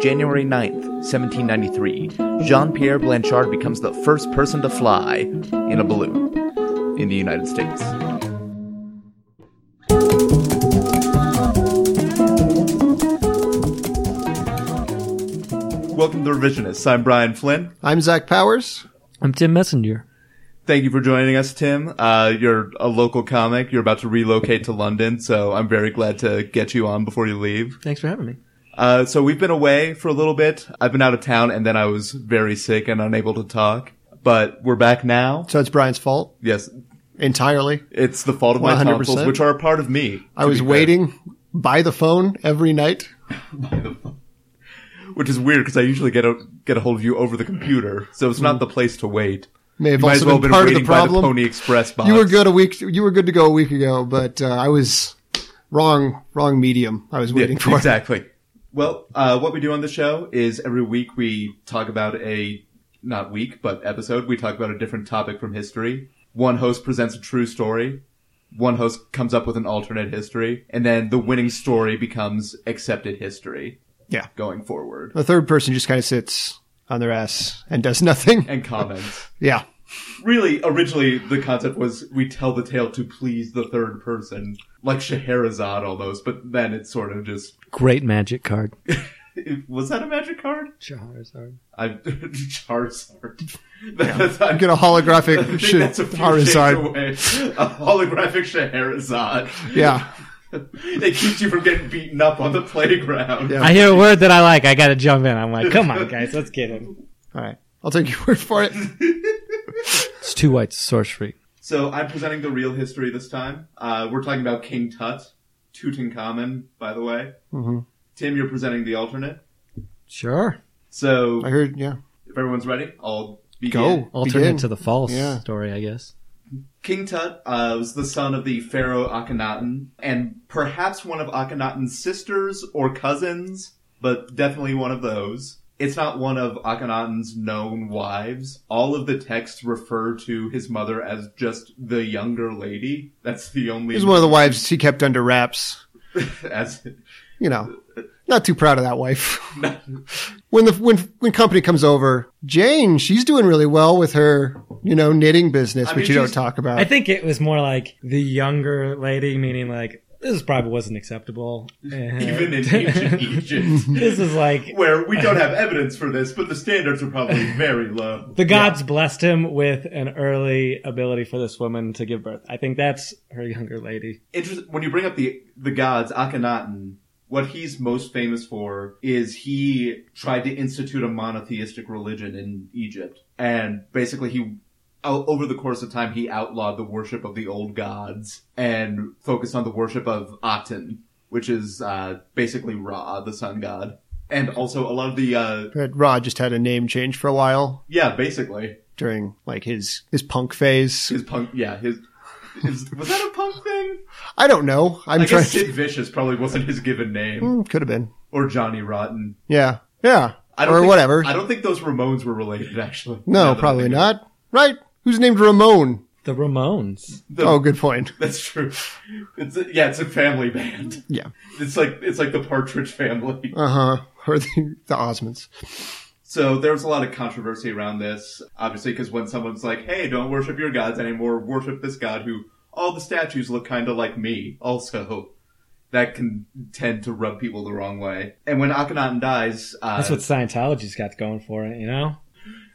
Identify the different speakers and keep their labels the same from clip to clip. Speaker 1: January 9th, 1793, Jean Pierre Blanchard becomes the first person to fly in a balloon in the United States. Welcome to Revisionists. I'm Brian Flynn.
Speaker 2: I'm Zach Powers.
Speaker 3: I'm Tim Messenger.
Speaker 1: Thank you for joining us, Tim. Uh, you're a local comic. You're about to relocate to London, so I'm very glad to get you on before you leave.
Speaker 3: Thanks for having me.
Speaker 1: Uh, so we've been away for a little bit. I've been out of town, and then I was very sick and unable to talk. But we're back now.
Speaker 2: So it's Brian's fault
Speaker 1: Yes,
Speaker 2: entirely.
Speaker 1: it's the fault of my
Speaker 2: 100%.
Speaker 1: tonsils, which are a part of me.
Speaker 2: I
Speaker 1: to
Speaker 2: was
Speaker 1: be fair.
Speaker 2: waiting by the phone every night.
Speaker 1: which is weird because I usually get a get a hold of you over the computer, so it's not the place to wait.
Speaker 2: May have
Speaker 1: You might
Speaker 2: Hmm. also
Speaker 1: as well
Speaker 2: been
Speaker 1: have
Speaker 2: part
Speaker 1: been
Speaker 2: of the
Speaker 1: waiting by the
Speaker 2: problem.
Speaker 1: Pony Express box.
Speaker 2: you were good a week. You were good to go a week ago, but uh, I was wrong. Wrong medium. I was
Speaker 1: Yeah,
Speaker 2: waiting for.
Speaker 1: exactly. Well, uh, what we do on the show is every week we talk about a not week but episode. We talk about a different topic from history. One host presents a true story. One host comes up with an alternate history, and then the winning story becomes accepted history
Speaker 2: Yeah.
Speaker 1: going forward.
Speaker 2: The third person just kind of sits on their ass and does nothing.
Speaker 1: And comments.
Speaker 2: Yeah.
Speaker 1: really, originally the concept was we tell the tale to please the third person, like Scheherazade almost. But then it's sort of just
Speaker 3: Great magic card.
Speaker 1: was that a magic card?
Speaker 3: Charizard.
Speaker 1: I'm Charizard. That's, I'm
Speaker 2: I'm gonna
Speaker 1: I
Speaker 2: holographic
Speaker 1: think
Speaker 2: shit.
Speaker 1: that's a few shades
Speaker 2: Charizard.
Speaker 1: away. A holographic Scheherazade.
Speaker 2: Yeah.
Speaker 1: it keeps you from getting beaten up on the playground.
Speaker 2: Yeah.
Speaker 3: I hear a word that I like. I gotta jump in. I'm like, come on, guys, let's get it.
Speaker 2: All right. I'll take your word for it.
Speaker 3: It's two whites, source free.
Speaker 1: So I'm presenting the real history this time. Uh, we're talking about King Tut, Tutankhamun, by the way.
Speaker 2: Mhm.
Speaker 1: Tim, you're presenting the alternate.
Speaker 3: Sure.
Speaker 1: So
Speaker 2: I heard. Yeah.
Speaker 1: if everyone's ready, I'll begin.
Speaker 2: Go.
Speaker 3: Alternate
Speaker 2: Begin.
Speaker 3: to the false
Speaker 2: Yeah.
Speaker 3: story, I guess.
Speaker 1: King Tut uh, was the son of the pharaoh Akhenaten, and perhaps one of Akhenaten's sisters or cousins, but definitely one of those. It's not one of Akhenaten's known wives. All of the texts refer to his mother as just the younger lady. That's the only
Speaker 2: This is one of the wives he kept under wraps.
Speaker 1: as
Speaker 2: you know, not too proud of that wife. when the when when company comes over, Jane, she's doing really well with her, you know, knitting business,
Speaker 1: I
Speaker 2: which
Speaker 1: mean,
Speaker 2: you don't
Speaker 1: she's-
Speaker 2: talk about.
Speaker 3: I think it was more like the younger lady, meaning like this probably wasn't acceptable.
Speaker 1: even in ancient Egypt,
Speaker 3: this is like
Speaker 1: where we don't have evidence for this, but the standards are probably very low.
Speaker 3: the gods blessed him with an early ability for this woman to give birth. I think that's her younger lady.
Speaker 1: Interest when you bring up the the gods Akhenaten, what he's most famous for is he tried to institute a monotheistic religion in Egypt, and basically he. o- Over the course of time, he outlawed the worship of the old gods and focused on the worship of Aten, which is uh, basically Ra, the sun god, and also a lot of the uh,
Speaker 2: But Rod just had a name change for a while
Speaker 1: yeah, basically
Speaker 2: during like his his punk phase.
Speaker 1: his punk. Yeah, his, his was that a punk thing?
Speaker 2: I don't know. I'm
Speaker 1: I
Speaker 2: trying.
Speaker 1: guess Sid Vicious probably wasn't his given name,
Speaker 2: Hmm, Could have been.
Speaker 1: or Johnny Rotten.
Speaker 2: Yeah. Yeah.
Speaker 1: I don't
Speaker 2: Or
Speaker 1: think-
Speaker 2: whatever.
Speaker 1: I don't think those Ramones were related, actually. Now
Speaker 2: No,
Speaker 1: that I
Speaker 2: probably
Speaker 1: think of
Speaker 2: not. Right. Who's named Ramon?
Speaker 3: The Ramones.
Speaker 1: it. The-
Speaker 2: Oh, good point.
Speaker 1: that's true. It's a, yeah, it's a family band.
Speaker 2: Yeah.
Speaker 1: It's like it's like the Partridge Family.
Speaker 2: Uh huh. Or the, the Osmonds.
Speaker 1: So there was a lot of controversy around this, obviously, because when someone's like, "Hey, don't worship your gods anymore. Worship this god who all the statues look kind of like me," also. That can tend to rub people the wrong way. And when Akhenaten dies, uh,
Speaker 3: That's what Scientology's got going for it, you know?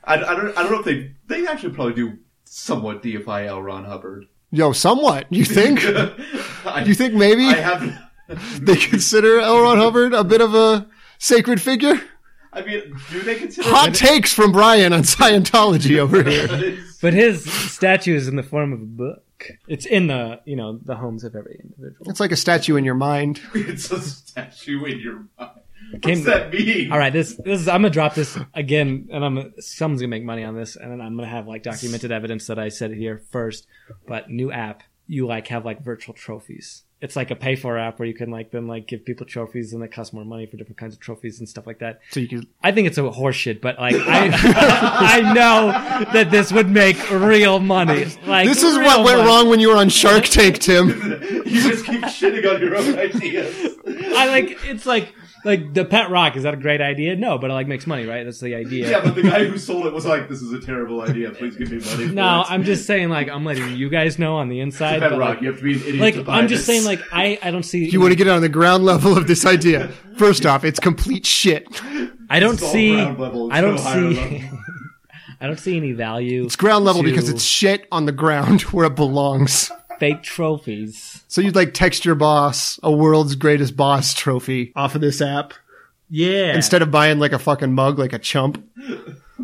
Speaker 1: I, I don't. I don't know if they they actually probably do somewhat deify L. Ron Hubbard.
Speaker 2: Yo, somewhat. You think?
Speaker 1: I-
Speaker 2: you think maybe?
Speaker 1: I have.
Speaker 2: they consider L. Ron Hubbard a bit of a sacred figure?
Speaker 1: I mean, do they consider?
Speaker 2: Hot takes from Brian on Scientology over here.
Speaker 3: But his statue is in the form of a book. It's in the, you know, the homes of every individual.
Speaker 2: It's like a statue in your mind.
Speaker 1: it's a statue in your mind. What's
Speaker 3: Came-
Speaker 1: that mean?
Speaker 3: All right, this this is I'm gonna drop this again, and I'm someone's gonna make money on this, and then I'm gonna have like documented evidence that I said it here first. But new app, you like have like virtual trophies. It's like a pay for app where you can like then like give people trophies, and they cost more money for different kinds of trophies and stuff like that.
Speaker 2: So you can.
Speaker 3: I think it's a horseshit, but like I, I know that this would make real money. Like
Speaker 2: This is
Speaker 3: real
Speaker 2: what went
Speaker 3: money.
Speaker 2: wrong when you were on Shark Tank, Tim.
Speaker 1: You just keep shitting on your own ideas.
Speaker 3: I like it's like like the pet rock is that a great idea? No, but it like makes money, right? That's the idea.
Speaker 1: Yeah, but the guy who sold it was like, "This is a terrible idea. Please give me money." For
Speaker 3: No,
Speaker 1: it.
Speaker 3: I'm just saying like I'm letting you guys know on the inside.
Speaker 1: Pet
Speaker 3: but,
Speaker 1: Rock. You have to be an idiot.
Speaker 3: Like,
Speaker 1: to
Speaker 3: like
Speaker 1: buy
Speaker 3: I'm just
Speaker 1: this.
Speaker 3: saying like I I don't see
Speaker 2: You want to get on the ground level of this idea. First off, it's complete shit.
Speaker 3: I don't
Speaker 1: It's all
Speaker 3: see
Speaker 1: ground level. It's
Speaker 3: I don't
Speaker 1: no higher
Speaker 3: see
Speaker 1: level.
Speaker 3: I don't see any value.
Speaker 2: It's ground level
Speaker 3: to
Speaker 2: because it's shit on the ground where it belongs.
Speaker 3: fake trophies.
Speaker 2: So you'd like text your boss a world's greatest boss trophy off of this app
Speaker 3: Yeah.
Speaker 2: instead of buying like a fucking mug like a chump.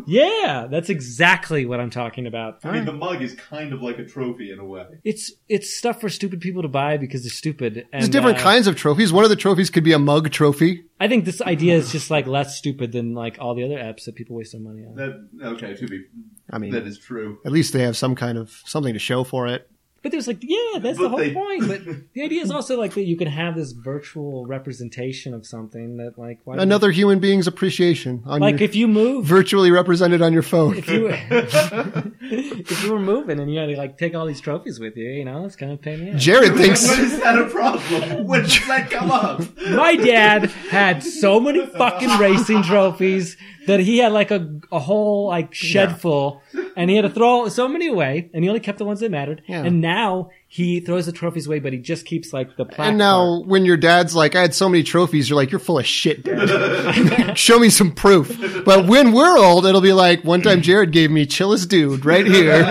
Speaker 3: yeah, that's exactly what I'm talking about.
Speaker 1: I mean, the mug is kind of like a trophy in a way.
Speaker 3: It's it's stuff for stupid people to buy because they're stupid. And,
Speaker 2: There's different
Speaker 3: uh,
Speaker 2: kinds of trophies. One of the trophies could be a mug trophy.
Speaker 3: I think this idea is just like less stupid than like all the other apps that people waste their money on.
Speaker 1: That okay to be
Speaker 2: I mean,
Speaker 1: that is true.
Speaker 2: at least they have some kind of something to show for it.
Speaker 3: But there's like, yeah, that's the
Speaker 1: But
Speaker 3: whole
Speaker 1: they-
Speaker 3: point. But the idea is also like that you can have this virtual representation of something that like why
Speaker 2: Another human being's appreciation on
Speaker 3: like
Speaker 2: your,
Speaker 3: if you move
Speaker 2: virtually represented on your phone.
Speaker 3: if you if you were moving and you had to like take all these trophies with you, you know, it's kind of a pain. in the ass.
Speaker 2: Jared thinks
Speaker 1: When is that a problem? When does that come up?
Speaker 3: My dad had so many fucking racing trophies that he had like a, a whole like shed
Speaker 2: Yeah.
Speaker 3: full and he had to throw so many away and he only kept the ones that mattered.
Speaker 2: Yeah.
Speaker 3: And now he throws the trophies away, but he just keeps like the plaque.
Speaker 2: And now, when your dad's like, I had so many trophies, you're like, you're full of shit, dad. Show me some proof. But when we're old, it'll be like, one time Jared gave me chillest dude right here.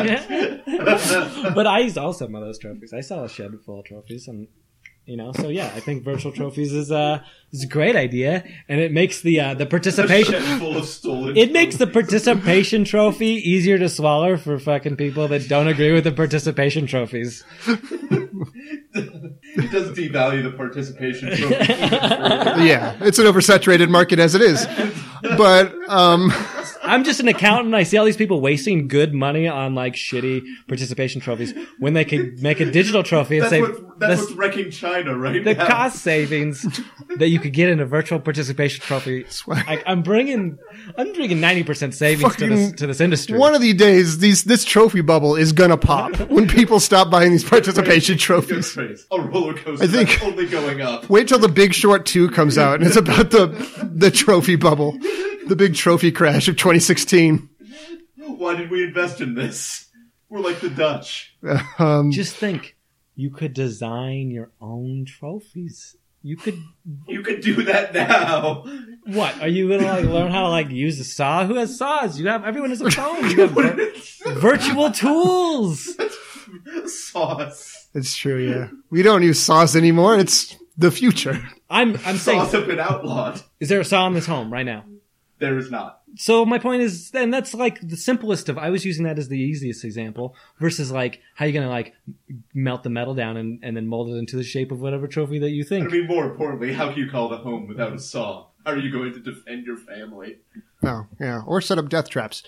Speaker 3: part. but I saw some of those trophies. I saw a shed full of trophies and you know, so yeah, I think virtual trophies is uh is a great idea and it makes the uh the participation
Speaker 1: full of stolen.
Speaker 3: It makes the participation trophy easier to swallow for fucking people that don't agree with the participation trophies.
Speaker 1: it does devalue the participation trophy.
Speaker 2: yeah, it's an oversaturated market as it is. But um,
Speaker 3: I'm just an accountant. I see all these people wasting good money on like shitty participation trophies when they could make a digital trophy and
Speaker 1: That's
Speaker 3: say
Speaker 1: what that's
Speaker 3: "Let's-
Speaker 1: what's wrecking China right
Speaker 3: the
Speaker 1: now.
Speaker 3: cost savings that you could get in a virtual participation trophy. Like I'm bringing, I'm bringing ninety percent savings to this
Speaker 2: Fucking-
Speaker 3: to this industry.
Speaker 2: one of these days, these, this trophy bubble is going to pop when people stop buying these participation
Speaker 1: Good
Speaker 2: trophies.
Speaker 1: phrase. A roller coaster.
Speaker 2: I think-
Speaker 1: that's only going up.
Speaker 2: Wait till the Big Short 2 comes out, and it's about the, the trophy bubble, the big trophy crash of 2016.
Speaker 1: Why did we invest in this? We're like the Dutch.
Speaker 2: Um,
Speaker 3: Just think, you could design your own trophies. You could
Speaker 1: You could do that now.
Speaker 3: What are you gonna like learn how to like use a saw? Who has saws? You have everyone has a phone. You have vir- virtual tools.
Speaker 1: Sauce.
Speaker 2: It's true, yeah. We don't use sauce anymore. It's the future.
Speaker 3: I'm I'm saying,
Speaker 1: Sauce have been outlawed.
Speaker 3: is there a saw in this home right now?
Speaker 1: There is not.
Speaker 3: So my point is, and that's like the simplest of. I was using that as the easiest example versus like how you gonna like melt the metal down and, and then mold it into the shape of whatever trophy that you
Speaker 1: I
Speaker 3: think.
Speaker 1: mean, more importantly, how can you call it a home without a saw? How are you going to defend your family?
Speaker 2: No, Oh, yeah. Or set up death traps.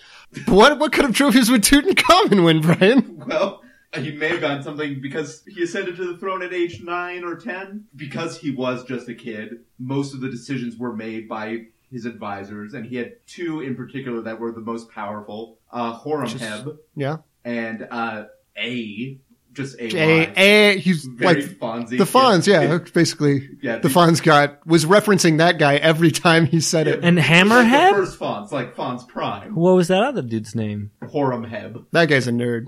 Speaker 2: But what what kind of trophies would Tutankhamun win, Brian?
Speaker 1: Well, he may have gotten something because he ascended to the throne at age nine or ten. Because he was just a kid, most of the decisions were made by his advisors, and he had two in particular that were the most powerful: uh, Horemheb
Speaker 2: Yeah.
Speaker 1: and uh, A. Just A.
Speaker 2: A, A, he's
Speaker 1: Very
Speaker 2: like
Speaker 1: Fonzie.
Speaker 2: the Fonz, yeah,
Speaker 1: Yeah.
Speaker 2: basically.
Speaker 1: Yeah,
Speaker 2: the
Speaker 1: the-
Speaker 2: Fonz got, was referencing that guy every time he said it.
Speaker 3: And
Speaker 1: Like the
Speaker 3: Hammerhead.
Speaker 1: first Fonz, like Fonz Prime.
Speaker 3: What was that other dude's name?
Speaker 1: Horemheb.
Speaker 2: That guy's a nerd.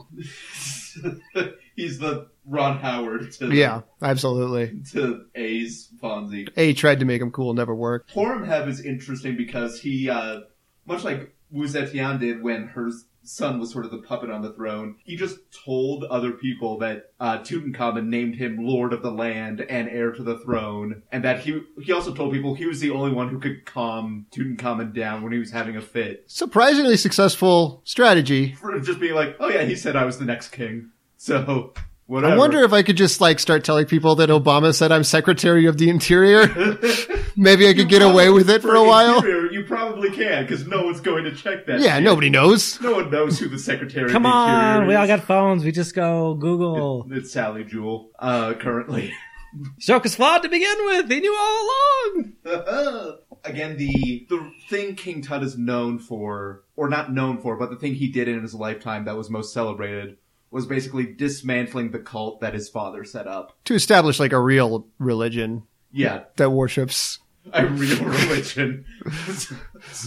Speaker 1: He's the Ron Howard to,
Speaker 2: Yeah, absolutely.
Speaker 1: to A's Fonzie.
Speaker 2: A tried to make him cool, never worked.
Speaker 1: Horemheb is interesting because he, uh, much like Wu Zetian did when her son was sort of the puppet on the throne, he just told other people that uh, Tutankhamun named him Lord of the Land and heir to the throne, and that he he also told people he was the only one who could calm Tutankhamun down when he was having a fit.
Speaker 2: Surprisingly successful strategy.
Speaker 1: For just being like, oh yeah, he said I was the next king, so whatever.
Speaker 2: I wonder if I could just like start telling people that Obama said I'm Secretary of the Interior. Maybe I could get away with it for a while.
Speaker 1: Interior, you probably can because no one's going to check that.
Speaker 2: Yeah,
Speaker 1: shit.
Speaker 2: nobody knows.
Speaker 1: No one knows who the secretary.
Speaker 3: Come
Speaker 1: of Interior
Speaker 3: on, we all
Speaker 1: is.
Speaker 3: got phones. We just go Google.
Speaker 1: It's Sally Jewell, uh, currently.
Speaker 3: Joker's flawed to begin with. He knew all along.
Speaker 1: Again, the the thing King Tut is known for, or not known for, but the thing he did in his lifetime that was most celebrated was basically dismantling the cult that his father set up.
Speaker 2: To establish like a real religion
Speaker 1: Yeah,
Speaker 2: that worships
Speaker 1: a real religion.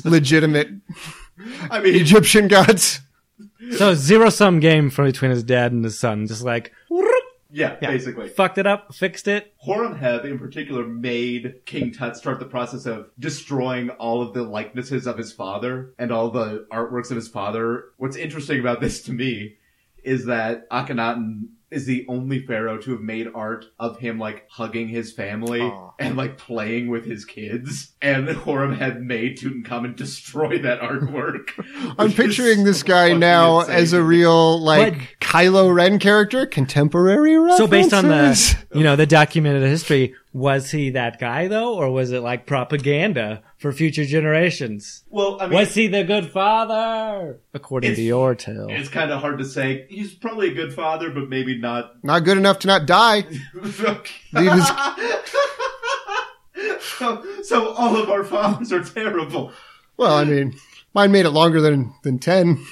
Speaker 2: Legitimate
Speaker 1: I mean,
Speaker 2: Egyptian gods.
Speaker 3: So zero sum game from between his dad and his son. Just like whoop,
Speaker 1: yeah,
Speaker 3: Yeah.
Speaker 1: basically.
Speaker 3: fucked it up, fixed it.
Speaker 1: Horemheb in particular made King Tut start the process of destroying all of the likenesses of his father and all the artworks of his father. What's interesting about this to me is that Akhenaten is the only pharaoh to have made art of him like hugging his family
Speaker 2: Aw.
Speaker 1: and like playing with his kids. And Horemheb made Tutankhamun destroy that artwork.
Speaker 2: I'm
Speaker 1: which is
Speaker 2: picturing this guy
Speaker 1: fucking
Speaker 2: now
Speaker 1: insane.
Speaker 2: as a real like
Speaker 3: But-
Speaker 2: Kylo Ren character, contemporary references.
Speaker 3: So based on the you know the documented history, was he that guy though, or was it like propaganda for future generations?
Speaker 1: well, I mean,
Speaker 3: Was he the good father? According to
Speaker 1: It's-
Speaker 3: your tale,
Speaker 1: it's kind of hard to say. He's probably a good father, but maybe not
Speaker 2: not good enough to not die. Leave his-
Speaker 1: so, so all of our fathers are terrible.
Speaker 2: Well, I mean, mine made it longer than than ten.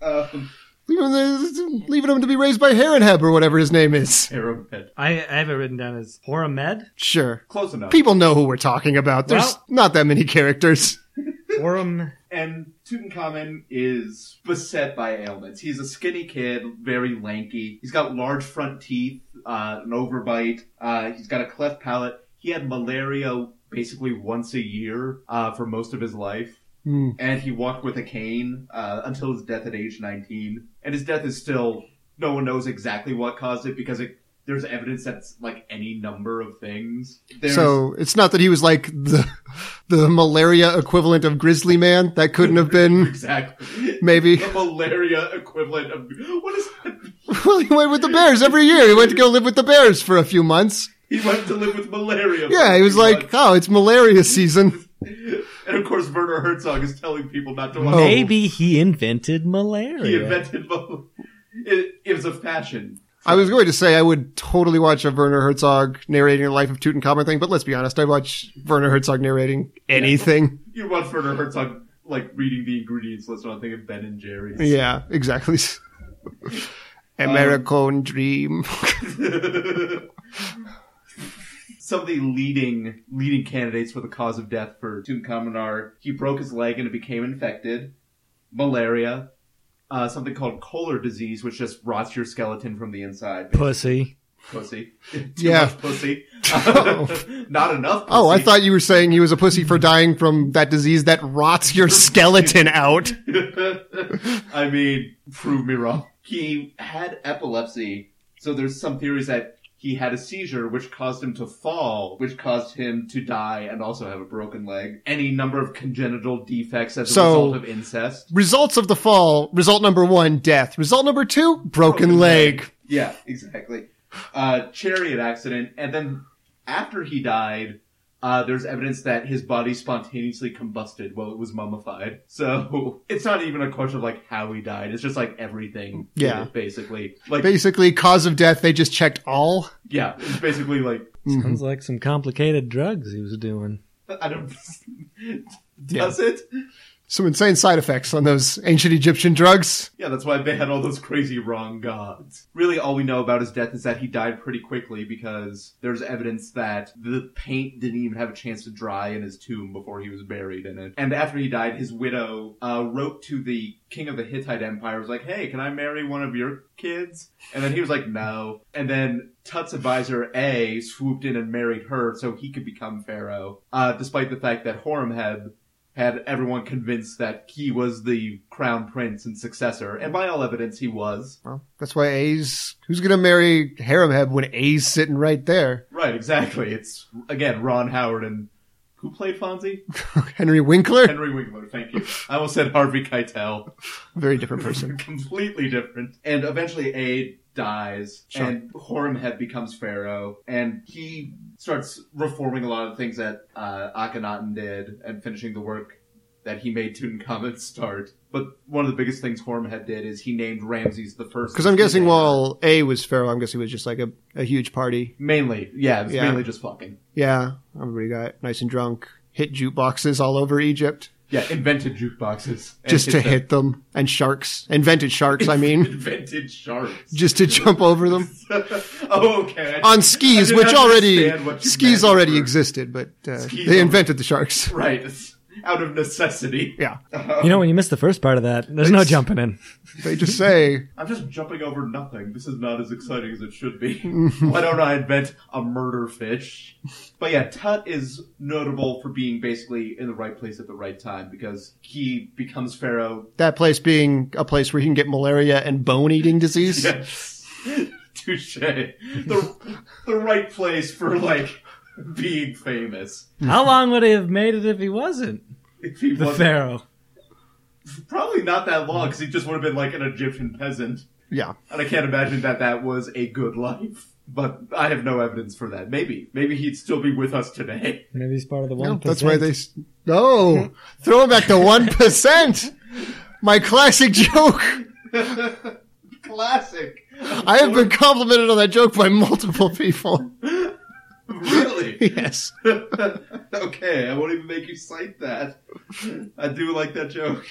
Speaker 1: Um,
Speaker 2: Leaving, the, leaving him to be raised by Herenheb or whatever his name is.
Speaker 1: terrible. pet.
Speaker 3: I, I have it written down as Horamed.
Speaker 2: Sure,
Speaker 1: Close enough.
Speaker 2: people know who we're talking about. There's
Speaker 3: Well-
Speaker 2: not that many characters.
Speaker 3: Horam.
Speaker 1: And Tutankhamun is beset by ailments. He's a skinny kid, very lanky. He's got large front teeth, uh, an overbite. Uh, he's got a cleft palate. He had malaria basically once a year uh, for most of his life.
Speaker 2: Hmm.
Speaker 1: and he walked with a cane uh, until his death at age 19. And his death is still no one knows exactly what caused it because it, there's evidence that's like any number of things. There's,
Speaker 2: So it's not that he was like the the malaria equivalent of Grizzly Man. That couldn't have been
Speaker 1: exactly
Speaker 2: maybe.
Speaker 1: the malaria equivalent of what is that?
Speaker 2: Well, he went with the Bears every year. He went to go live with the Bears for a few months.
Speaker 1: He went to live with malaria.
Speaker 2: Yeah, he was like, oh, it's malaria season.
Speaker 1: and of course Werner Herzog is telling people not to. Watch
Speaker 2: Oh.
Speaker 3: Maybe he invented malaria.
Speaker 1: He invented mal- it. It was a fashion.
Speaker 2: I was going to say I would totally watch a Werner Herzog narrating the life of Tutankhamun thing, but let's be honest, I watch Werner Herzog narrating anything.
Speaker 1: You watch Werner Herzog like reading the ingredients list, and I'm thinking Ben and Jerry's.
Speaker 2: Yeah, exactly. American Dream.
Speaker 1: Some of the leading leading candidates for the cause of death for Tutankhamun are he broke his leg and it became infected, malaria, uh, something called Kohler disease, which just rots your skeleton from the inside.
Speaker 3: Pussy.
Speaker 1: Pussy, Too
Speaker 2: Yeah.
Speaker 1: much pussy,
Speaker 2: Oh.
Speaker 1: not enough. Pussy.
Speaker 2: Oh, I thought you were saying he was a pussy for dying from that disease that rots your skeleton out.
Speaker 1: I mean, prove me wrong. He had epilepsy, so there's some theories that he had a seizure, which caused him to fall, which caused him to die and also have a broken leg. Any number of congenital defects as a
Speaker 2: So-
Speaker 1: result of incest.
Speaker 2: Results of the fall. Result number one, death. Result number two, broken,
Speaker 1: Broken leg.
Speaker 2: leg.
Speaker 1: Yeah, exactly. Uh, chariot accident, and then after he died, uh, there's evidence that his body spontaneously combusted while it was mummified. So it's not even a question of like how he died. It's just like everything. did
Speaker 2: Yeah.
Speaker 1: it, basically. Like
Speaker 2: Basically, cause of death, they just checked all. Mm-hmm.
Speaker 1: Yeah, it's basically like Mm-hmm.
Speaker 3: Sounds like some complicated drugs he was doing.
Speaker 1: I don't. Does it?
Speaker 2: Some insane side effects on those ancient Egyptian drugs.
Speaker 1: Yeah, that's why they had all those crazy wrong gods. Really, all we know about his death is that he died pretty quickly because there's evidence that the paint didn't even have a chance to dry in his tomb before he was buried in it. And after he died, his widow uh, wrote to the king of the Hittite Empire, was like, "Hey, can I marry one of your kids?" And then he was like, "No." And then Tut's advisor A swooped in and married her so he could become pharaoh, uh, despite the fact that Horemheb had everyone convinced that he was the crown prince and successor, and by all evidence, he was.
Speaker 2: Well, that's why A's. Who's gonna marry Haremheb when A's sitting right there?
Speaker 1: Right, exactly. It's again Ron Howard and who played Fonzie?
Speaker 2: Henry Winkler,
Speaker 1: Henry Winkler. Thank you. I almost said Harvey Keitel.
Speaker 2: very different person.
Speaker 1: Completely different. And eventually, A dies,
Speaker 2: Sure.
Speaker 1: and Horemheb becomes pharaoh, and he starts reforming a lot of the things that uh, Akhenaten did and finishing the work that he made Tutankhamun start. But one of the biggest things Horemheb did is he named Ramses the first.
Speaker 2: Because I'm guessing
Speaker 1: king.
Speaker 2: while A was pharaoh, I'm guessing it was just like a, a huge party.
Speaker 1: Mainly, yeah, it was
Speaker 2: Yeah.
Speaker 1: mainly just fucking.
Speaker 2: Yeah, everybody got nice and drunk, hit jukeboxes all over Egypt.
Speaker 1: Yeah, invented jukeboxes. and
Speaker 2: just to hit them and sharks, invented sharks. I
Speaker 1: them.
Speaker 2: mean,
Speaker 1: Invented sharks.
Speaker 2: just to jump over them
Speaker 1: oh, okay. I-
Speaker 2: on
Speaker 1: I
Speaker 2: skis,
Speaker 1: didn't
Speaker 2: which already
Speaker 1: understand what you
Speaker 2: skis
Speaker 1: meant
Speaker 2: already
Speaker 1: for-
Speaker 2: existed, but uh,
Speaker 1: Skis
Speaker 2: they
Speaker 1: already-
Speaker 2: invented the sharks.
Speaker 1: Right. It's out of necessity.
Speaker 2: Yeah,
Speaker 3: You know, when you miss the first part of that, there's no jumping in.
Speaker 1: Mm-hmm.
Speaker 2: they just say
Speaker 1: I'm just jumping over nothing. This is not as exciting as it should be. Why don't I invent a murder fish? But yeah, Tut is notable for being basically in the right place at the right time because he becomes Pharaoh.
Speaker 2: that place being a place where you can get malaria and bone eating disease.
Speaker 1: Yes. Touche. The, the right place for, like, being famous.
Speaker 3: How long would he have made it if he wasn't
Speaker 1: If he
Speaker 3: the
Speaker 1: was
Speaker 3: pharaoh?
Speaker 1: Probably not that long because he just would have been, like, an Egyptian peasant.
Speaker 2: Yeah,
Speaker 1: And I can't imagine that that was a good life. But I have no evidence for that. Maybe. Maybe he'd still be with us today.
Speaker 3: Maybe he's part of the one.
Speaker 2: No, that's why they s- no throw them back to one percent. My classic joke.
Speaker 1: Classic.
Speaker 2: I have been complimented on that joke by multiple people.
Speaker 1: Really?
Speaker 2: Yes.
Speaker 1: okay, I won't even make you cite that. I do like that joke.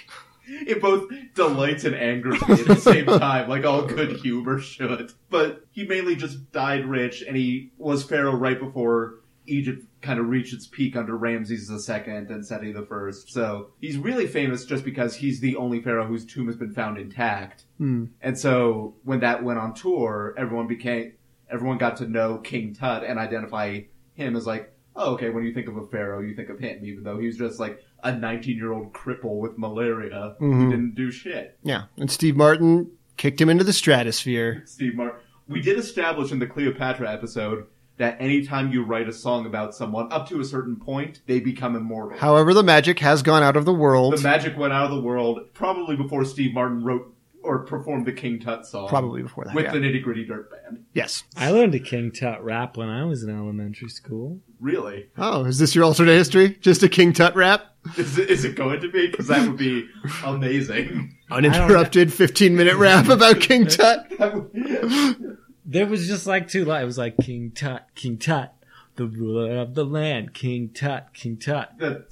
Speaker 1: It both delights and angers me at the same time, like all good humor should. But he mainly just died rich, and he was pharaoh right before Egypt kind of reached its peak under Ramses II and Seti I. So he's really famous just because he's the only pharaoh whose tomb has been found intact.
Speaker 2: Hmm.
Speaker 1: And so when that went on tour, everyone became everyone got to know King Tut and identify him as like, oh, okay, when you think of a pharaoh, you think of him, even though he was just like a 19 year old cripple with malaria
Speaker 2: Mhm.
Speaker 1: who didn't do shit.
Speaker 2: Yeah. And Steve Martin kicked him into the stratosphere.
Speaker 1: Steve Martin. We did establish in the Cleopatra episode that anytime you write a song about someone up to a certain point, they become immortal.
Speaker 2: However, the magic has gone out of the
Speaker 1: the
Speaker 2: world.
Speaker 1: magic went out of the world probably before Steve Martin wrote or performed the King Tut song.
Speaker 2: Probably before that.
Speaker 1: With
Speaker 2: yeah.
Speaker 1: the nitty gritty dirt band.
Speaker 2: yes.
Speaker 3: I learned a King Tut rap when I was in elementary school.
Speaker 1: Really?
Speaker 2: Oh, is this your alternate history? Just a King Tut rap?
Speaker 1: Is it, is it going to be? Because that would be amazing.
Speaker 2: Uninterrupted 15 minute rap about King Tut?
Speaker 1: That would-
Speaker 3: There was just like two lines. It was like King Tut, King Tut, the ruler of the land, King Tut, King Tut.
Speaker 1: that-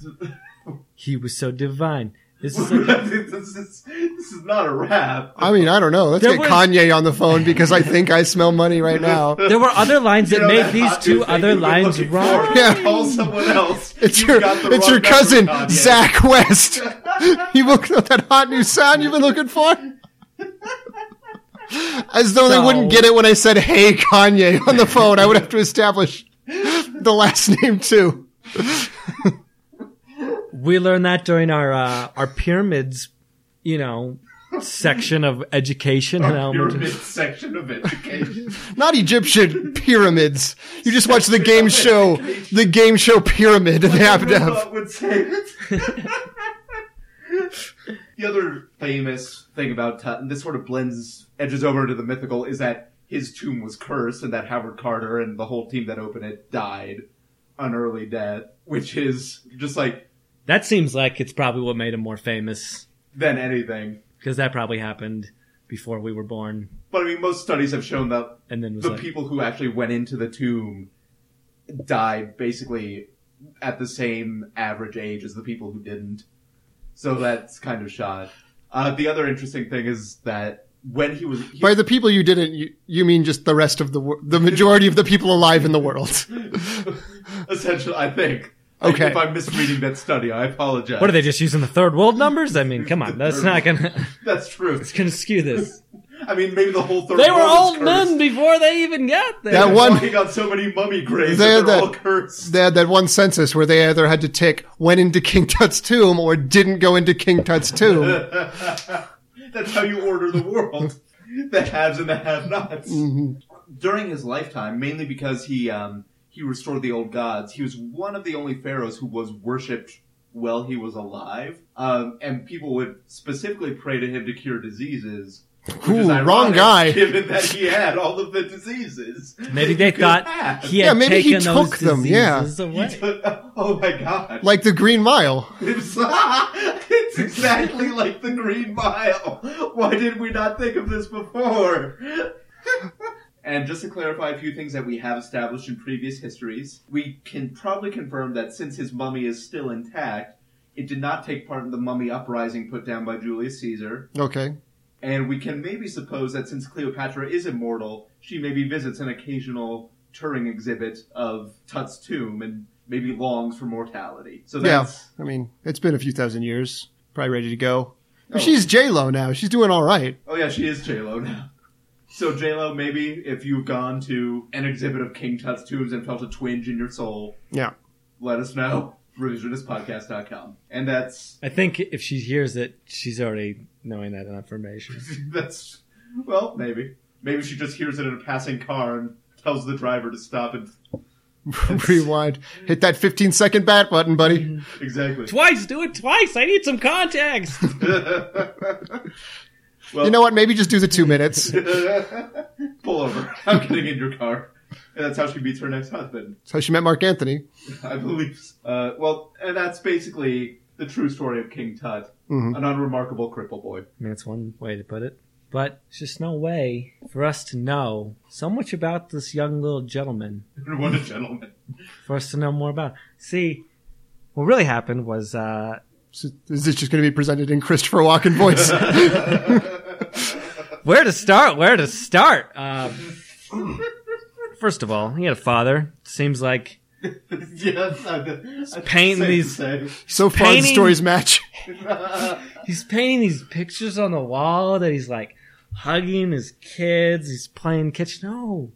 Speaker 3: He was so divine. This is like,
Speaker 1: this, is, this is not a rap.
Speaker 2: I mean, I don't know. Let's
Speaker 3: There
Speaker 2: get
Speaker 3: was-
Speaker 2: Kanye on the phone because I think I smell money right now.
Speaker 3: there were other lines that
Speaker 1: You know
Speaker 3: made
Speaker 1: that
Speaker 3: these
Speaker 1: hot dude
Speaker 3: two
Speaker 1: thing
Speaker 3: other
Speaker 1: you've been
Speaker 3: lines
Speaker 1: looking
Speaker 3: wrong.
Speaker 1: for?
Speaker 2: Yeah.
Speaker 1: Call someone else.
Speaker 2: It's
Speaker 1: You've
Speaker 2: your,
Speaker 1: got the wrong
Speaker 2: it's your
Speaker 1: number,
Speaker 2: cousin,
Speaker 1: Kanye.
Speaker 2: Zach West. you looked up that hot new sound you've been looking for? As though they
Speaker 3: No.
Speaker 2: wouldn't get it when I said, hey, Kanye on the phone. I would have to establish the last name too.
Speaker 3: We learned that during our uh, our pyramids, you know, section of education and
Speaker 1: Pyramid
Speaker 3: elementary.
Speaker 1: section of education.
Speaker 2: Not Egyptian pyramids. You just watch the game show, the game show pyramid, and they happen to have.
Speaker 1: Robot would say it. the other famous thing about Tut, and this sort of blends, edges over into the mythical, is that his tomb was cursed and that Howard Carter and the whole team that opened it died an early death, which is just like,
Speaker 3: That seems like it's probably what made him more famous
Speaker 1: than anything.
Speaker 3: because that probably happened before we were born.
Speaker 1: But I mean, most studies have shown that
Speaker 3: And then was
Speaker 1: the
Speaker 3: like,
Speaker 1: people who actually went into the tomb died basically at the same average age as the people who didn't. So that's kind of shot. Uh, the other interesting thing is that when he was he,
Speaker 2: By the people you didn't, you, you mean just the rest of the wor- the majority of the people alive in the world.
Speaker 1: essentially, I think.
Speaker 2: Okay.
Speaker 1: If I'm misreading that study, I apologize.
Speaker 3: what are they just using the third world numbers? I mean, come on, that's not gonna
Speaker 1: That's true.
Speaker 3: it's gonna skew this.
Speaker 1: I mean, maybe the whole third.
Speaker 3: They were
Speaker 1: world is
Speaker 3: old
Speaker 1: cursed.
Speaker 3: men before they even got there.
Speaker 2: That
Speaker 1: They're
Speaker 2: one-
Speaker 1: walking on so many mummy graves.
Speaker 2: They
Speaker 1: They are
Speaker 2: had that-
Speaker 1: all cursed.
Speaker 2: They had that one census where they either had to tick went into King Tut's tomb or didn't go into King Tut's tomb.
Speaker 1: That's how you order the world. The haves and the have-nots. During his lifetime, mainly because he um, he restored the old gods, he was one of the only pharaohs who was worshipped while he was alive, um, and people would specifically pray to him to cure diseases. which is
Speaker 2: Ooh,
Speaker 1: ironic,
Speaker 2: wrong guy.
Speaker 1: Given that he had all of the diseases.
Speaker 3: Maybe
Speaker 1: that you
Speaker 3: they
Speaker 1: could
Speaker 3: thought
Speaker 1: have.
Speaker 3: he had
Speaker 2: Yeah, maybe he
Speaker 3: taken those
Speaker 2: took them, yeah.
Speaker 3: diseases away.
Speaker 1: oh my god.
Speaker 2: Like the Green Mile.
Speaker 1: It's, it's exactly like the Green Mile. Why did we not think of this before? and just to clarify a few things that we have established in previous histories, we can probably confirm that since his mummy is still intact, It did not take part in the mummy uprising put down by Julius Caesar.
Speaker 2: Okay.
Speaker 1: And we can maybe suppose that since Cleopatra is immortal, she maybe visits an occasional Turing exhibit of Tut's tomb and maybe longs for mortality. So that's
Speaker 2: Yeah. I mean, it's been a few thousand years. Probably ready to go. But
Speaker 1: Oh.
Speaker 2: She's J Lo now. She's doing all right.
Speaker 1: oh yeah, she is J Lo now. So J Lo, maybe if you've gone to an exhibit of King Tut's tombs and felt a twinge in your soul,
Speaker 2: Yeah.
Speaker 1: let us know. Revisionistpodcast.com. And that's
Speaker 3: I think if she hears it, she's already knowing that information.
Speaker 1: that's well, maybe. Maybe she just hears it in a passing car and tells the driver to stop and
Speaker 2: Rewind. Hit that 15 second bat button, buddy.
Speaker 1: exactly.
Speaker 3: twice, do it twice. I need some context. Oh.
Speaker 2: You know what? Maybe just do the two minutes. That's
Speaker 1: Pull over. I'm getting in your car. And that's how she beats her next husband.
Speaker 2: how she met Mark Anthony.
Speaker 1: I believe. so. Uh, well, and that's basically the true story of King Tut, an unremarkable cripple boy.
Speaker 3: I mean, that's one way to put it. But it's just no way for us to know so much about this young little gentleman
Speaker 1: what a gentleman.
Speaker 3: for us to know more about. See, what really happened was uh,
Speaker 2: So Is this just going to be presented in Christopher Walken voice?
Speaker 3: where to start. Where to start? Uh, first of all, he had a father. Seems like
Speaker 1: yes, I, I, safe
Speaker 3: painting
Speaker 1: to
Speaker 3: these-
Speaker 1: say.
Speaker 2: so far, the
Speaker 3: Painting-
Speaker 2: stories match.
Speaker 3: he's painting these pictures on the wall that he's like hugging his kids. He's playing catch. No,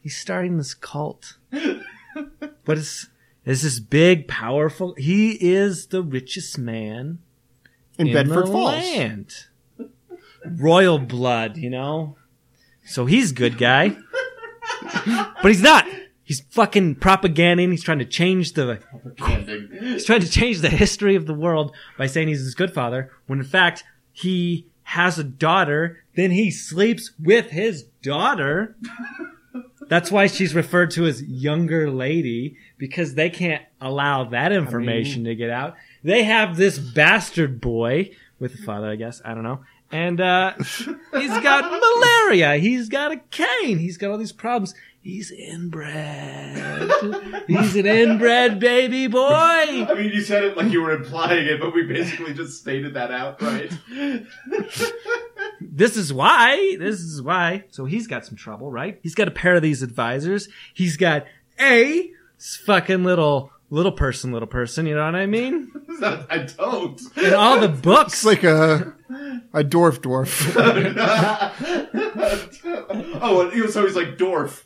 Speaker 3: he's starting this cult. but it's it's this big, powerful. He is the richest man
Speaker 2: In, Bedford
Speaker 3: the
Speaker 2: Falls.
Speaker 3: land. Royal blood, you know. So he's good guy, but he's not. He's fucking propaganding. He's trying to change the
Speaker 1: Ending.
Speaker 3: He's trying to change the history of the world by saying he's his good father, when in fact he has a daughter. Then he sleeps with his daughter. That's why she's referred to as younger lady because they can't allow that information to get out. They have this bastard boy with a father, I guess. I don't know. And uh, he's got malaria. He's got a cane. He's got all these problems. He's inbred. He's an inbred baby boy.
Speaker 1: I mean, you said it like you were implying it, but we basically just stated that out, right?
Speaker 3: This is why. This is why. So he's got some trouble, right? He's got a pair of these advisors. He's got a this fucking little little person, little person. You know what I mean?
Speaker 1: I don't.
Speaker 3: And all the
Speaker 2: It's
Speaker 3: books.
Speaker 2: like a a dwarf dwarf.
Speaker 1: oh, and he was- so he's like dwarf.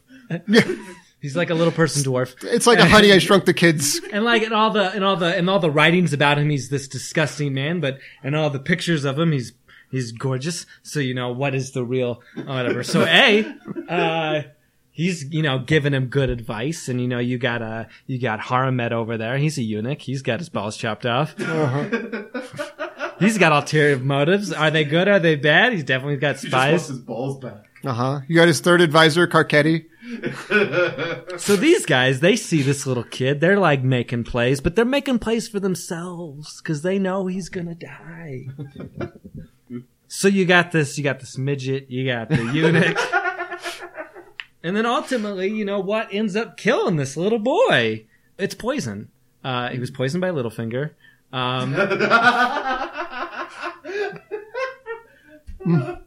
Speaker 3: he's like a little person dwarf.
Speaker 2: It's like a Honey I Shrunk the Kids.
Speaker 3: and like in all the in all the in all the writings about him, he's this disgusting man. But in all the pictures of him, he's he's gorgeous. So you know what is the real oh, whatever. So a, uh, he's you know giving him good advice, and you know you got uh you got Haramet over there. He's a eunuch. He's got his balls chopped off. He's got ulterior motives. Are they good? Are they bad? He's definitely got
Speaker 1: He just wants
Speaker 3: spies.
Speaker 1: his balls back.
Speaker 2: Uh huh. You got his third advisor, Carcetti.
Speaker 3: So these guys, they see this little kid. They're like making plays, but they're making plays for themselves because they know he's gonna die. so you got this, you got this midget, you got the eunuch, and then ultimately, you know what ends up killing this little boy? It's poison. Uh, he was poisoned by Littlefinger. Um,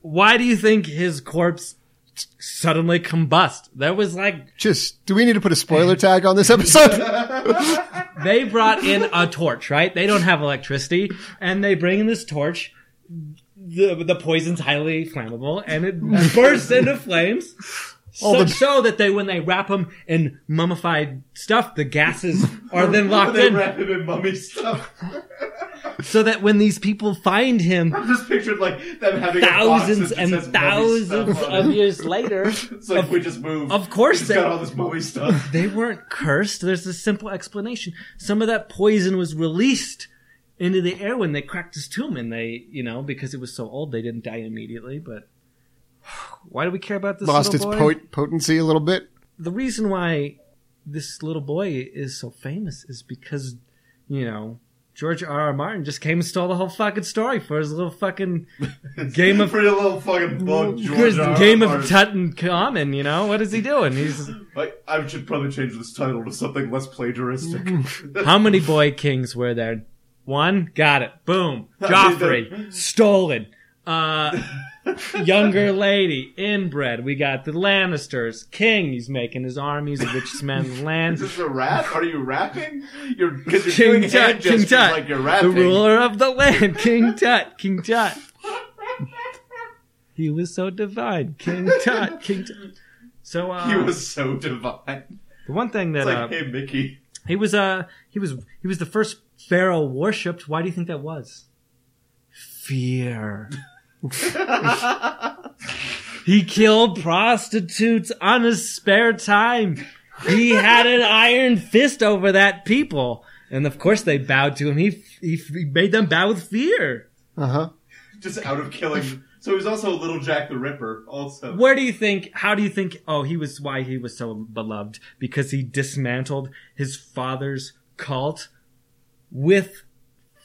Speaker 3: why do you think his corpse suddenly combust? There was like
Speaker 2: Just do we need to put a spoiler tag on this episode?
Speaker 3: they brought in a torch, right? They don't have electricity, and they bring in this torch. The the poison's highly flammable, and it bursts into flames. So,
Speaker 2: the-
Speaker 3: so that they, when they wrap them in mummified stuff, the gases are then locked
Speaker 1: They
Speaker 3: in.
Speaker 1: wrap him in mummy stuff.
Speaker 3: So that when these people find him,
Speaker 1: I just pictured like them having
Speaker 3: thousands
Speaker 1: a box that just
Speaker 3: and
Speaker 1: has mummy stuff
Speaker 3: thousands
Speaker 1: on
Speaker 3: of
Speaker 1: it.
Speaker 3: years later,
Speaker 1: It's like we just moved.
Speaker 3: of course
Speaker 1: we just
Speaker 3: they-
Speaker 1: got all this mummy stuff.
Speaker 3: they weren't cursed. There's a simple explanation. Some of that poison was released into the air when they cracked his tomb, and they, you know, because it was so old, they didn't die immediately. But why do we care about this?
Speaker 2: Lost its
Speaker 3: little boy?
Speaker 2: pot- potency a little bit.
Speaker 3: the reason why this little boy is so famous is because, you know, George R. R. Martin just came and stole the whole fucking story for his little fucking Game of-
Speaker 1: for your little fucking bug, George. R. R.
Speaker 3: Game of
Speaker 1: Martin.
Speaker 3: Tutankhamun. You know what is he doing? He's
Speaker 1: Like, I should probably change this title to something less plagiaristic.
Speaker 3: How many boy kings were there? One, got it. Boom. Joffrey, stolen. Uh, younger lady, inbred. We got the Lannisters. King, he's making his armies of witches, men, and
Speaker 1: Is
Speaker 3: lands.
Speaker 1: this a rap? Are you rapping? You're because you're
Speaker 3: King
Speaker 1: doing
Speaker 3: Tut,
Speaker 1: hand
Speaker 3: King
Speaker 1: gestures
Speaker 3: Tut,
Speaker 1: like you're
Speaker 3: the
Speaker 1: rapping.
Speaker 3: ruler of the land, King Tut, King Tut. He was so divine, King Tut, King Tut. So uh,
Speaker 1: He was so divine.
Speaker 3: the one thing
Speaker 1: It's
Speaker 3: that uh,
Speaker 1: like, hey, Mickey.
Speaker 3: He was uh he was he was the first pharaoh worshipped. Why do you think that was? Fear. he killed prostitutes on his spare time. He had an iron fist over that people. And of course they bowed to him. He he, he made them bow with fear.
Speaker 2: Uh huh.
Speaker 1: Just out of killing. So he was also Little Jack the Ripper, also.
Speaker 3: Where do you think how do you think oh he was why he was so beloved because he dismantled his father's cult with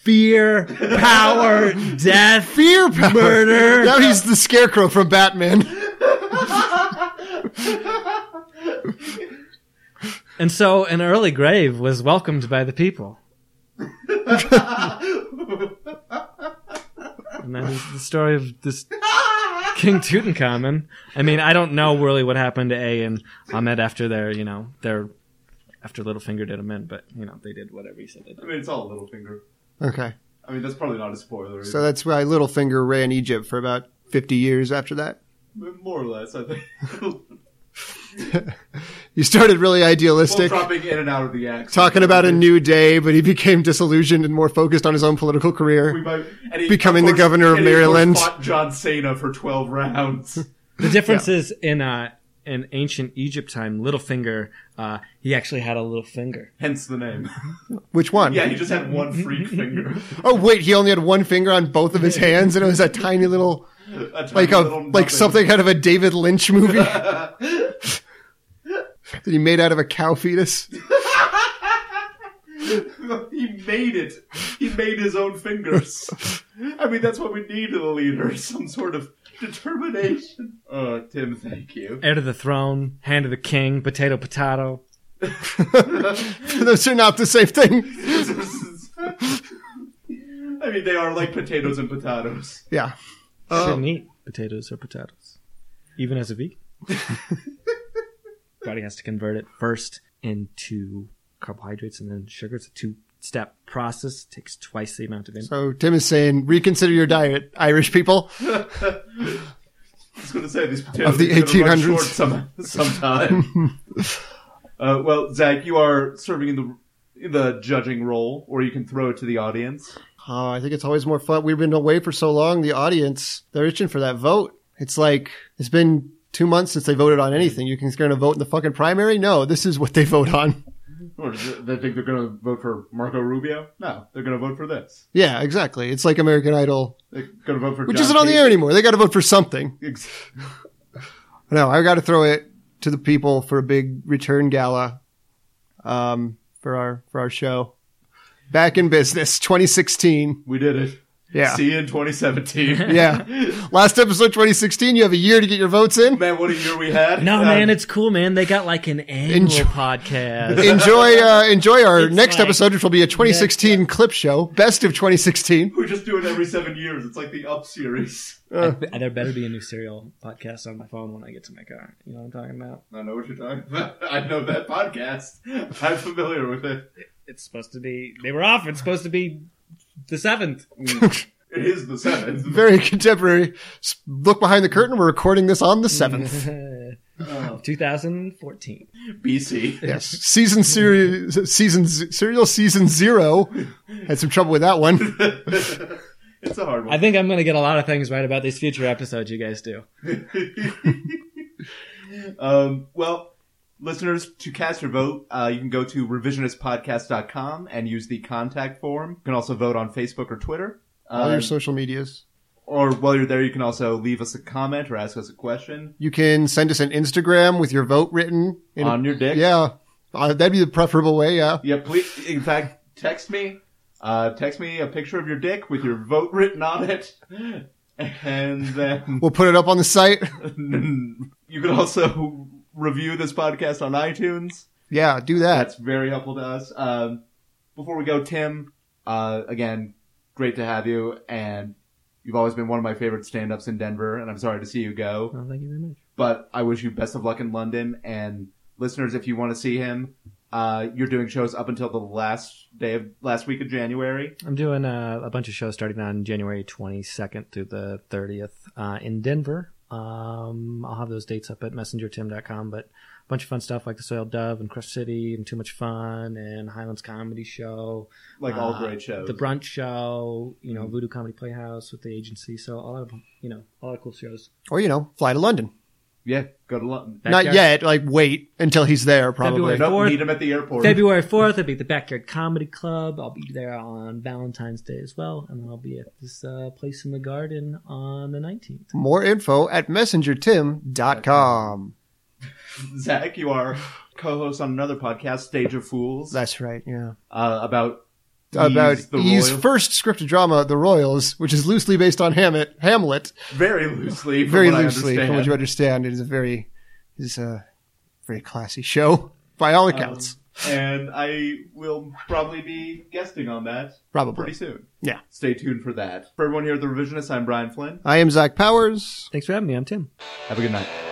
Speaker 3: fear, power, death,
Speaker 2: Fear power.
Speaker 3: Murder.
Speaker 2: Now he's the scarecrow from Batman.
Speaker 3: And so an early grave was welcomed by the people. And that is the story of this King Tutankhamun. I mean, I don't know really what happened to A and Ahmed after their, you know, their after Littlefinger did him in, but you know, they did whatever he said they did.
Speaker 1: I mean, it's all Littlefinger.
Speaker 2: Okay.
Speaker 1: I mean, that's probably not a spoiler.
Speaker 2: So that's why Littlefinger ran Egypt for about 50 years after that.
Speaker 1: More or less, I think.
Speaker 2: He started really
Speaker 1: Well,
Speaker 2: idealistic,
Speaker 1: dropping in and out of the axe.
Speaker 2: talking about a new day, but he became disillusioned and more focused on his own political career.
Speaker 1: We might- and he,
Speaker 2: Becoming the governor of
Speaker 1: and he, course,
Speaker 2: Maryland.
Speaker 1: fought John Cena for twelve rounds.
Speaker 3: The difference is in uh in ancient Egypt time, Littlefinger, uh, he actually had a little finger.
Speaker 1: Hence the name.
Speaker 2: Which one?
Speaker 1: Yeah, he just had one freak finger,
Speaker 2: Oh, wait, he only had one finger on both of his hands, and it was a tiny little,
Speaker 1: A tiny
Speaker 2: like a,
Speaker 1: little
Speaker 2: like
Speaker 1: nothing.
Speaker 2: something out of a David Lynch movie that he made out of a cow fetus.
Speaker 1: he made it. He made his own fingers. I mean, that's what we need in a leader: some sort of determination.
Speaker 2: Oh,
Speaker 1: Uh, Tim, thank you.
Speaker 3: Heir to the throne, hand of the king, potato potato.
Speaker 2: Those are not the same thing.
Speaker 1: I mean, they are like potatoes and potatoes.
Speaker 2: Yeah.
Speaker 3: I Shouldn't eat potatoes or potatoes, even as a vegan. Body has to convert it first into carbohydrates and then sugar. It's a two-step process. takes twice the amount of input.
Speaker 2: So Tim is saying, reconsider your diet, Irish people.
Speaker 1: I was going to say these potatoes
Speaker 2: Of the
Speaker 1: are gonna run
Speaker 2: 1800s.
Speaker 1: short some, sometime. uh, well, Zach, you are serving in the in the judging role, or you can throw it to the audience.
Speaker 2: Oh, I think it's always more fun. We've been away for so long. The audience, they're itching for that vote. It's like, it's been two months since they voted on anything. You can going to vote in the fucking primary? No, this is what they vote on.
Speaker 1: Or is it- they think they're going to vote for Marco Rubio? No, they're going to vote for this.
Speaker 2: Yeah, exactly. It's like American Idol,
Speaker 1: They're going to vote for
Speaker 2: which
Speaker 1: John
Speaker 2: isn't on the
Speaker 1: Cena.
Speaker 2: air anymore. They got to vote for something.
Speaker 1: Ex-
Speaker 2: No, I got to throw it to the people for a big return gala, um, for our, for our show. Back in business, 2016.
Speaker 1: We did it.
Speaker 2: Yeah.
Speaker 1: See you in 2017.
Speaker 2: Yeah. Last episode, 2016. You have a year to get your votes in.
Speaker 1: Man, what a year we had.
Speaker 3: No,
Speaker 1: Uh,
Speaker 3: man, it's cool, man. They got like an annual
Speaker 2: Enjoy-
Speaker 3: podcast.
Speaker 2: enjoy uh, enjoy our
Speaker 3: It's
Speaker 2: next
Speaker 3: like-
Speaker 2: episode, which will be a 2016 clip show, best of 2016.
Speaker 1: We just do it every seven years. It's like the Up series.
Speaker 2: Uh.
Speaker 3: I- there better be a new serial podcast on my phone when I get to my car. You know what I'm talking about?
Speaker 1: I know what you're talking about. I know that podcast. I'm familiar with it.
Speaker 3: It's supposed to be. They were off. It's supposed to be the seventh.
Speaker 1: It is the seventh.
Speaker 2: Very contemporary. S- Look behind the curtain. We're recording this on the seventh.
Speaker 1: Uh,
Speaker 3: 2014.
Speaker 1: BC.
Speaker 2: Yes, season series, season z- serial season zero. Had some trouble with that one.
Speaker 1: it's a hard one.
Speaker 3: I think I'm going to get a lot of things right about these future episodes you guys do.
Speaker 1: um, well, listeners, to cast your vote, uh, you can go to revisionistpodcast.com and use the contact form. You can also vote on Facebook or Twitter.
Speaker 2: All
Speaker 1: Uh,
Speaker 2: your social medias.
Speaker 1: or while you're there, you can also leave us a comment or ask us a question
Speaker 2: You can send us an Instagram with your vote written. in a-
Speaker 1: on your dick.
Speaker 2: yeah, uh, that'd be the preferable way. Yeah,
Speaker 1: Yeah, please. In fact, text me. Uh, text me a picture of your dick with your vote written on it. And then
Speaker 2: we'll put it up on the site.
Speaker 1: you can also review this podcast on iTunes.
Speaker 2: Yeah, do that.
Speaker 1: That's very helpful to us. Um, before we go, Tim, Uh, again, great to have you, and you've always been one of my favorite stand-ups in Denver, and I'm sorry to see you go.
Speaker 3: Oh, thank you very much.
Speaker 1: But I wish you best of luck in London, and listeners, if you want to see him, uh, you're doing shows up until the last day of last week of January.
Speaker 3: I'm doing uh, a bunch of shows starting on January 22nd through the 30th uh, in Denver. Um, I'll have those dates up at messengertim.com, but a bunch of fun stuff like the Soiled Dove and Crush City and Too Much Fun and Highlands Comedy Show,
Speaker 1: Like all
Speaker 3: Uh,
Speaker 1: great shows.
Speaker 3: the Brunch Show, you know, Voodoo Comedy Playhouse with the agency. So a lot of you know, a lot of cool shows.
Speaker 2: Or, you know, fly to London.
Speaker 1: yeah, go to London.
Speaker 2: Not yet. Like, wait until he's there, probably.
Speaker 3: February.
Speaker 1: No,
Speaker 3: Fourth-
Speaker 1: meet him at the airport.
Speaker 3: February 4th, I'll be at the Backyard Comedy Club. I'll be there on Valentine's Day as well. And then I'll be at this uh, place in the garden on the 19th.
Speaker 2: More info at messengertim.com.
Speaker 1: Zach, you are co-host on another podcast, Stage of Fools, uh,
Speaker 2: That's right, yeah.
Speaker 1: about
Speaker 2: About
Speaker 1: Ease the
Speaker 2: E's
Speaker 1: Royal-
Speaker 2: first scripted drama, The Royals, which is loosely based on Hamlet. Hamlet,
Speaker 1: very loosely, from
Speaker 2: very
Speaker 1: what I
Speaker 2: loosely, from what
Speaker 1: understand.
Speaker 2: you understand. It is a very, it is a very classy show, by
Speaker 1: Um,
Speaker 2: all accounts.
Speaker 1: and I will probably be guesting on that pretty
Speaker 2: probably.
Speaker 1: soon.
Speaker 2: Yeah.
Speaker 1: Stay tuned for that. For everyone here at The Revisionist, I'm Brian Flynn.
Speaker 2: I am Zach Powers.
Speaker 3: Thanks for having me. I'm Tim.
Speaker 1: Have a good night.